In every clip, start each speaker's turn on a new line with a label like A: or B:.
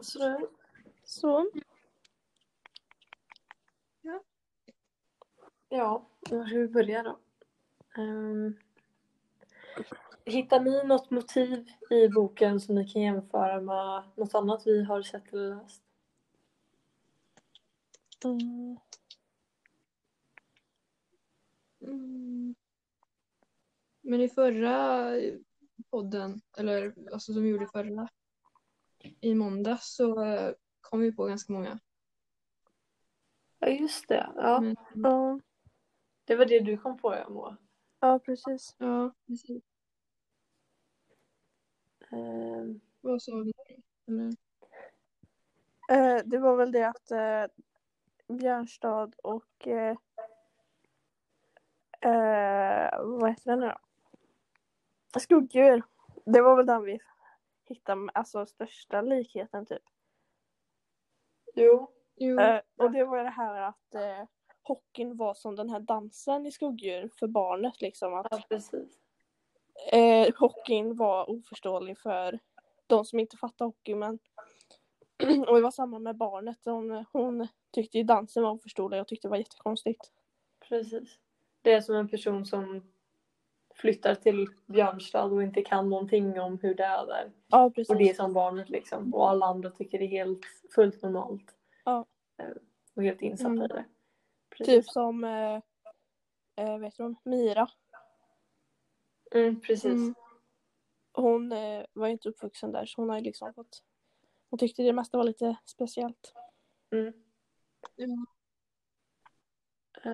A: Så. Så.
B: Ja.
A: Ja, då ska vi börja då. Ehm, hittar ni något motiv i boken som ni kan jämföra med något annat vi har sett eller läst?
B: Mm. Mm. Men i förra podden, eller alltså som vi gjorde förra, i måndag så eh, kom vi på ganska många.
A: Ja, just det. Ja.
B: Men,
C: Ja,
A: Mm. Det var det du kom på, ja, Moa.
C: ja precis.
B: ja, precis.
A: Ehm,
B: Vad sa vi? Eller?
C: Eh, det var väl det att eh, Bjärnstad och eh, eh, vad heter den nu då? Skuggur. Det var väl den vi hittade med, alltså största likheten typ.
A: jo.
B: Jo,
A: Mm.
C: Eh, och det var ju det här att eh, hockeyn var som den här dansen i Skuggur för barnet liksom. Att
A: Ja, precis.
C: eh, hockeyn var oförståelig för de som inte fattar hockey men och det var samma med barnet. Hon, hon tyckte ju dansen var oförståelig och tyckte det var jättekonstigt.
A: Precis. Det är som en person som flyttar till Björnstad och inte kan någonting om hur det är där.
C: Ja precis.
A: Och det är som barnet liksom. Och alla andra tycker det är helt, fullt normalt.
C: Ja.
A: Eh, Och helt insatta
B: Mm.
A: i det.
C: Typ som eh, eh, vet hon, Mira.
A: Mm, precis.
B: Mm.
C: Hon eh, var ju inte uppvuxen där så hon har ju liksom fått hon tyckte det mesta var lite speciellt.
A: Mm.
B: Ja.
A: Eh.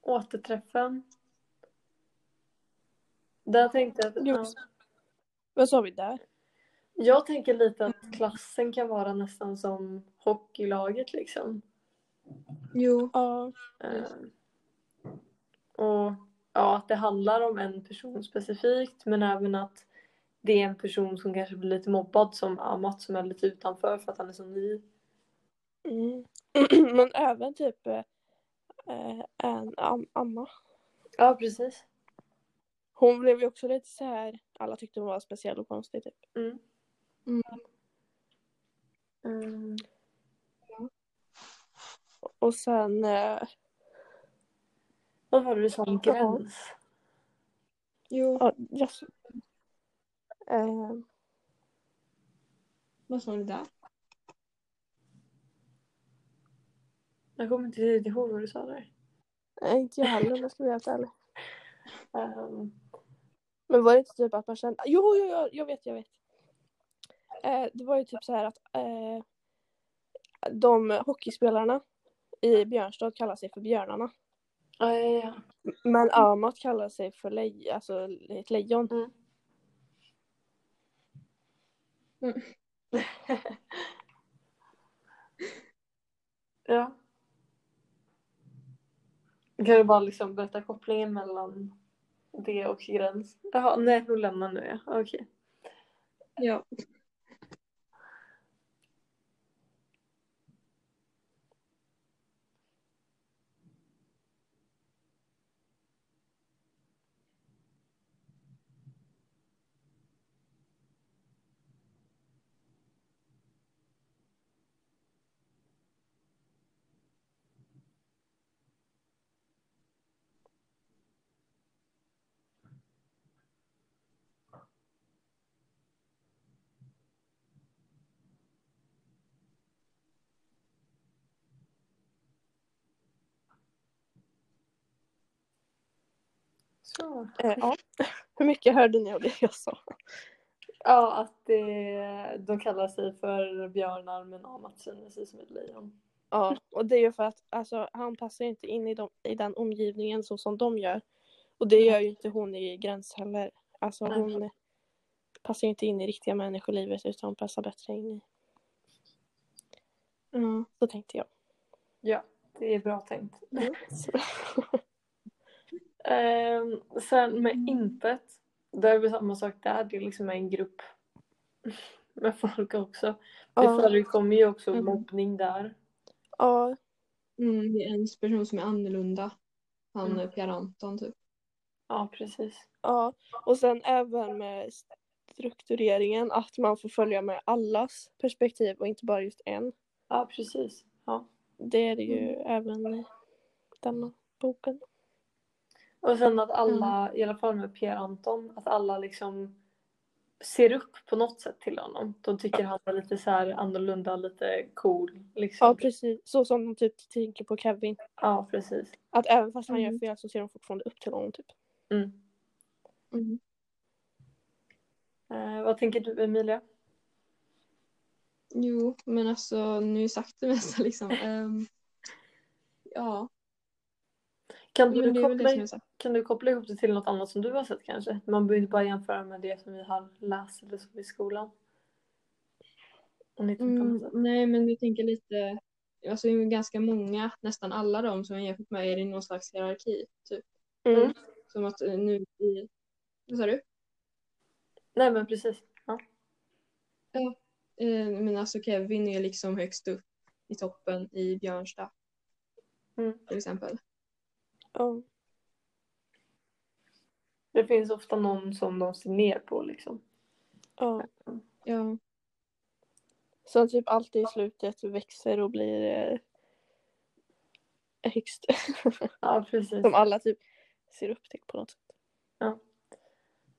A: Återträffen. Där tänkte jag att,
C: Jo.
A: ja,
C: Vad sa vi där?
A: jag tänker lite att klassen kan vara nästan som hockeylaget liksom.
B: jo,
C: Ja,
A: Eh, Och ja, att det handlar om en person specifikt men även att det är en person som kanske blir lite mobbad som Amat som är lite utanför för att han är så ny.
C: mm. men även typ eh, eh, en am- amma.
A: Ja, precis.
C: Hon blev ju också lite så här. alla tyckte hon var speciell och konstig typ.
A: Mm.
B: Mm.
A: Mm.
C: Och sen eh,
A: Vad var det du sa om
C: Ja.
A: gräns?
B: jo.
C: ja, just, eh,
B: Vad sa du där?
A: Jag kommer inte riktigt ihåg vad du sa där.
C: nej, eh, inte jag heller om jag ska vara helt ärlig.
A: Ehm,
C: Men var det inte typ att man kände, jo, jo, jo jag vet, jag vet. Eh, det var ju typ så här att eh, de hockeyspelarna i Björnstad kallar sig för Björnarna.
A: ja, ja, ja.
C: Men Amat kallar sig för lej, alltså ett lejon.
A: Ja. Kan du bara liksom berätta kopplingen mellan det och gräns? Jaha, nej, hon lämnar nu ja. Okej.
B: Ja.
A: Så.
C: Eh, ja. Hur mycket hörde ni av det jag sa?
A: Ja, att det, de kallar sig för björnar men Amat känner sig som ett lejon.
C: Ja, och det är ju för att alltså, han passar ju inte in i, dem, i den omgivningen så som de gör. Och det gör ju inte hon i Gräns heller. Alltså
A: Nej.
C: hon passar ju inte in i riktiga människolivet utan hon passar bättre in i,
B: Ja.
C: så tänkte jag.
A: Ja, det är bra tänkt.
C: Så,
A: Ehm, sen med intet, det är väl samma sak där. Det är liksom en grupp med folk också. Det
C: Ja.
A: förekommer ju också
B: Mm.
A: mobbning där.
C: ja,
B: Mm, det är en person som är annorlunda. Han eh,
A: Mm.
B: mm. Per Anton typ.
A: Ja, precis.
C: ja, och sen även med struktureringen att man får följa med allas perspektiv och inte bara just en.
A: Ja, precis. Ja.
C: Det är det ju även i denna boken.
A: Och sen att alla, i alla fall med Pierre Anton, att alla liksom ser upp på något sätt till honom. De tycker han är lite så här annorlunda, lite cool. Liksom.
C: Ja precis, så som de typ tänker på Kevin.
A: ja, precis.
C: Att även fast han gör
B: Mm.
C: fel så ser de fortfarande upp till honom typ.
A: Mm.
B: Mm.
A: Eh, vad tänker du Emilia?
B: Jo, men alltså nu har jag sagt det mesta liksom. Ehm, ja,
A: Kan
B: men
A: du,
B: det är väl det
A: koppla,
B: som jag sagt.
A: kan du koppla ihop det till något annat som du har sett kanske? Man behöver inte bara jämföra med det som vi har läst eller som i skolan. Om ni tänker liksom, på
B: Mm,
A: något sätt.
B: nej, men jag tänker lite, alltså det är ju ganska många, nästan alla de som jag jämfört med är i någon slags hierarki. Typ.
C: Mm.
B: Som att eh, nu i, vad sa du?
A: Nej men precis. Ja.
B: Eh, men alltså Kevin är liksom högst upp i toppen i Björnsta
A: Mm.
B: till exempel.
C: Ja.
A: Det finns ofta någon som de ser ner på liksom.
C: ja.
B: Ja,
C: Så typ allt i slutet växer och blir eh, högst.
A: Ja precis.
C: som alla typ ser upp till på något sätt.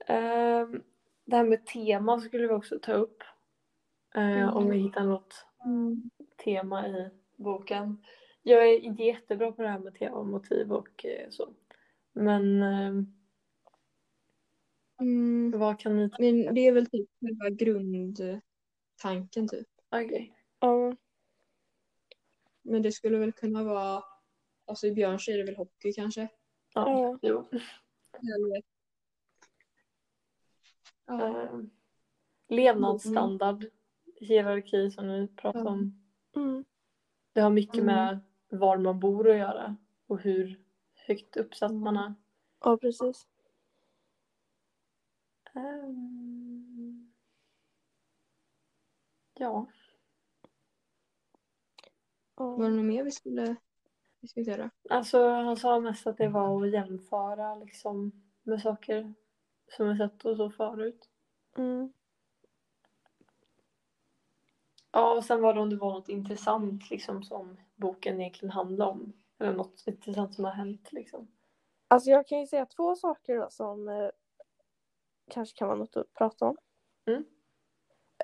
A: Ehm, det här med tema skulle vi också ta upp. Eh,
B: Mm.
A: Om vi hittar något tema i boken. Jag är inte jättebra på det här med tema och motiv och eh, så. Men eh,
B: Mm,
A: vad kan ni...
B: men det är väl typ själva grundtanken typ.
A: Okej.
C: Ja.
B: Men det skulle väl kunna vara, alltså i Björnsta är det väl hockey kanske?
A: Ja.
C: Ja.
A: Jo.
B: Eller, ja.
A: Ehm, levnadsstandard. Hierarki som vi pratade om.
C: Mm.
A: Det har mycket
B: Mm.
A: med var man bor att göra. Och hur högt uppsatt man är.
C: ja precis.
A: Ehm, Ja.
C: Ja.
B: Var det något mer vi skulle diskutera?
A: Alltså han sa mest att det var att jämföra liksom med saker som vi sett och så förut.
C: Mm.
A: Ja och sen var det om det var något intressant liksom som boken egentligen handlar om. Eller något intressant som har hänt liksom.
C: Alltså jag kan ju säga två saker då som eh, kanske kan vara något att prata om.
A: Mm.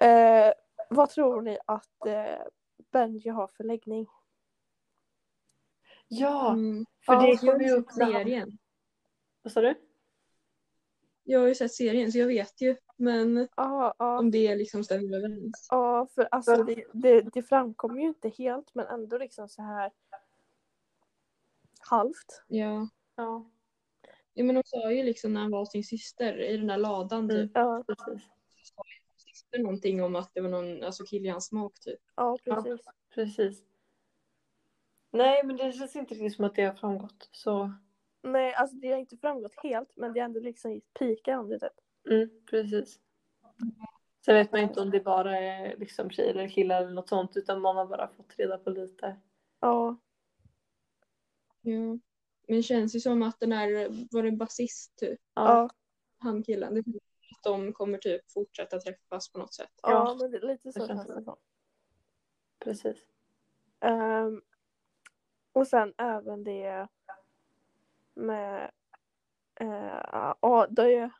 C: Eh, vad tror ni att eh, Benji har för läggning?
A: Ja!
B: Mm.
A: För
B: Ja,
A: det
B: jag
A: kom
B: har
A: ju
B: ju
A: upp
B: sett
A: när han...
B: serien.
A: Vad sa du?
B: Jag har ju sett serien så jag vet ju. Men
C: Ja, ja,
B: om det liksom stämmer överens.
C: ja för alltså det, det, det framkommer ju inte helt men ändå liksom så här halvt.
B: Ja.
A: Ja
B: ja men de sa ju liksom när han var hos sin syster i den där ladan typ.
A: Mm.
C: Ja,
A: precis.
B: Syster någonting om att det var någon alltså kille i hans smak typ.
C: ja precis.
A: Precis. Nej men det känns inte riktigt som att det har framgått så.
C: Nej, alltså det har inte framgått helt men det har ändå liksom pikar om det typ.
A: Mm, precis. Sen vet man ju inte om det bara är liksom tjejer eller killar eller något sånt utan man har bara fått reda på lite.
C: Ja,
B: Ja. Men det känns ju som att den här, var det basist typ?
A: Ja,
C: ja,
B: Han killen. Det känns som att de kommer typ fortsätta träffas på något sätt.
C: ja,
A: Ja.
C: men det, lite så
A: Det känns
C: känns det som.
A: precis.
C: Ehm, och sen även det med eh, ja, det är ju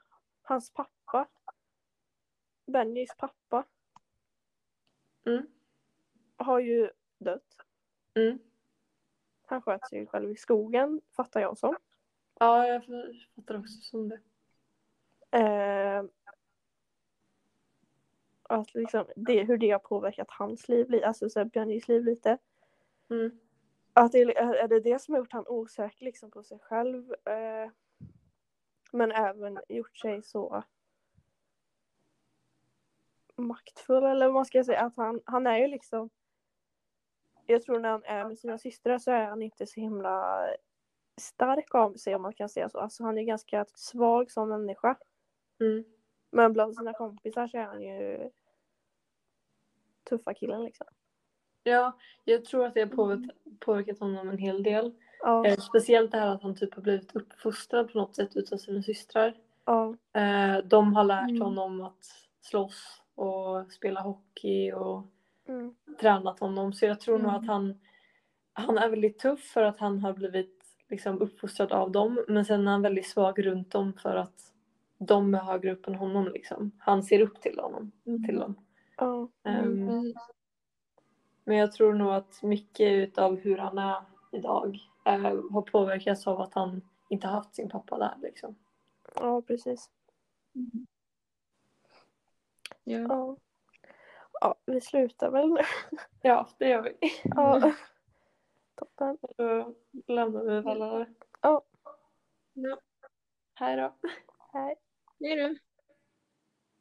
C: hans pappa. Bennys pappa
A: Mm.
C: har ju dött.
A: Mm.
C: Han sköt sig själv i skogen fattar jag som.
A: Ja, jag fattar också som det.
C: Ehm, att liksom det, hur det har påverkat hans liv, li- alltså så här, Bennys liv lite.
A: Mm.
C: Att det, är är det det som har gjort han osäker liksom på sig själv? Eh, men även gjort sig så maktfull eller vad man ska säga. Att han, han är ju liksom jag tror när han är med sina systrar så är han inte så himla stark av sig om man kan säga så. Alltså han är ganska svag som människa.
A: Mm.
C: Men bland sina kompisar så är han ju tuffa killen liksom.
A: Ja, jag tror att det har påverkat, påverkat honom en hel del.
C: Ja,
A: Eh, speciellt det här att han typ har blivit uppfostrad på något sätt utav sina systrar.
C: ja,
A: Eh, de har lärt
B: Mm.
A: honom att slåss och spela hockey och
C: Mm.
A: tränat honom. Så jag tror nog
B: Mm.
A: att han, han är väldigt tuff för att han har blivit liksom uppfostrad av dem. Men sen är han väldigt svag runt om för att de är högre upp än honom. Liksom. Han ser upp till honom. Till dem.
C: Ja.
A: Ehm,
B: Mm.
A: men jag tror nog att mycket utav hur han är idag eh, har påverkats av att han inte har haft sin pappa där. Liksom.
C: ja, precis.
B: Ja.
C: Ja. ja, vi slutar väl nu.
A: Ja, det gör vi.
C: Ja. Toppen.
A: Då lämnar vi alla där.
C: Ja.
B: Ja.
A: Hej då.
C: Hej.
B: Hej då.